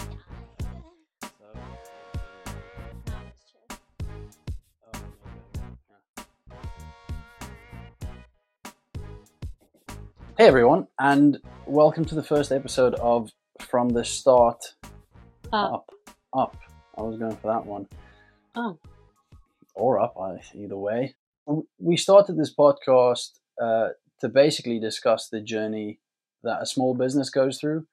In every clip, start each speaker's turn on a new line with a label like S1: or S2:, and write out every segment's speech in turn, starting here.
S1: Oh, Hey everyone, and welcome to the first episode of From the Start
S2: Up.
S1: Up. Up. I was going for that one.
S2: Oh.
S1: Or up, I- either way. W- We started this podcast uh, to basically discuss the journey that a small business goes through.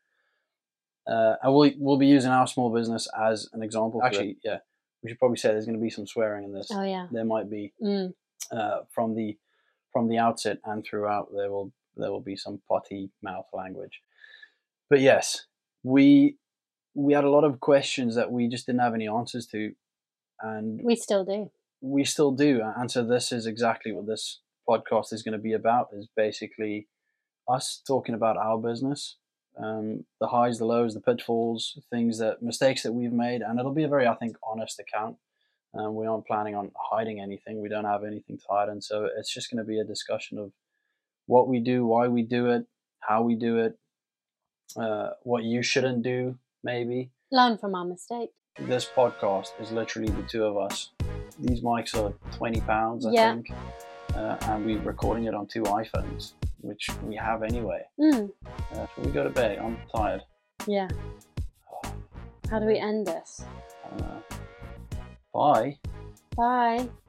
S1: Uh, and we'll, we'll be using our small business as an example. for Actually, yeah, we should probably say there's going to be some swearing in this.
S2: Oh yeah.
S1: There might be
S2: Mm.
S1: uh, from the from the outset and throughout there will there will be some potty mouth language but yes we we had a lot of questions that we just didn't have any answers to and
S2: We still do.
S1: we still do and so this is exactly what this podcast is going to be about is basically us talking about our business um, the highs the lows the pitfalls things that mistakes that we've made and it'll be a very i think honest account um, we aren't planning on hiding anything we don't have anything to hide and so it's just going to be a discussion of what we do why we do it how we do it uh, what you shouldn't do maybe
S2: Learn from our mistake.
S1: this podcast is literally the two of us. These mics are 20 pounds, I
S2: Yeah.
S1: think, uh, and we're recording it on two iPhones, which we have anyway.
S2: Mm.
S1: Uh, shall we go to bed? I'm tired.
S2: Yeah. How do we end this?
S1: I don't know. Uh, Bye.
S2: Bye.